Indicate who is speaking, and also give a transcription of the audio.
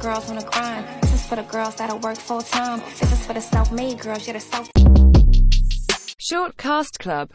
Speaker 1: girls on the grind. This is for the girls that'll work full time. This is for the self-made girls. You're the self.
Speaker 2: Shortcast Club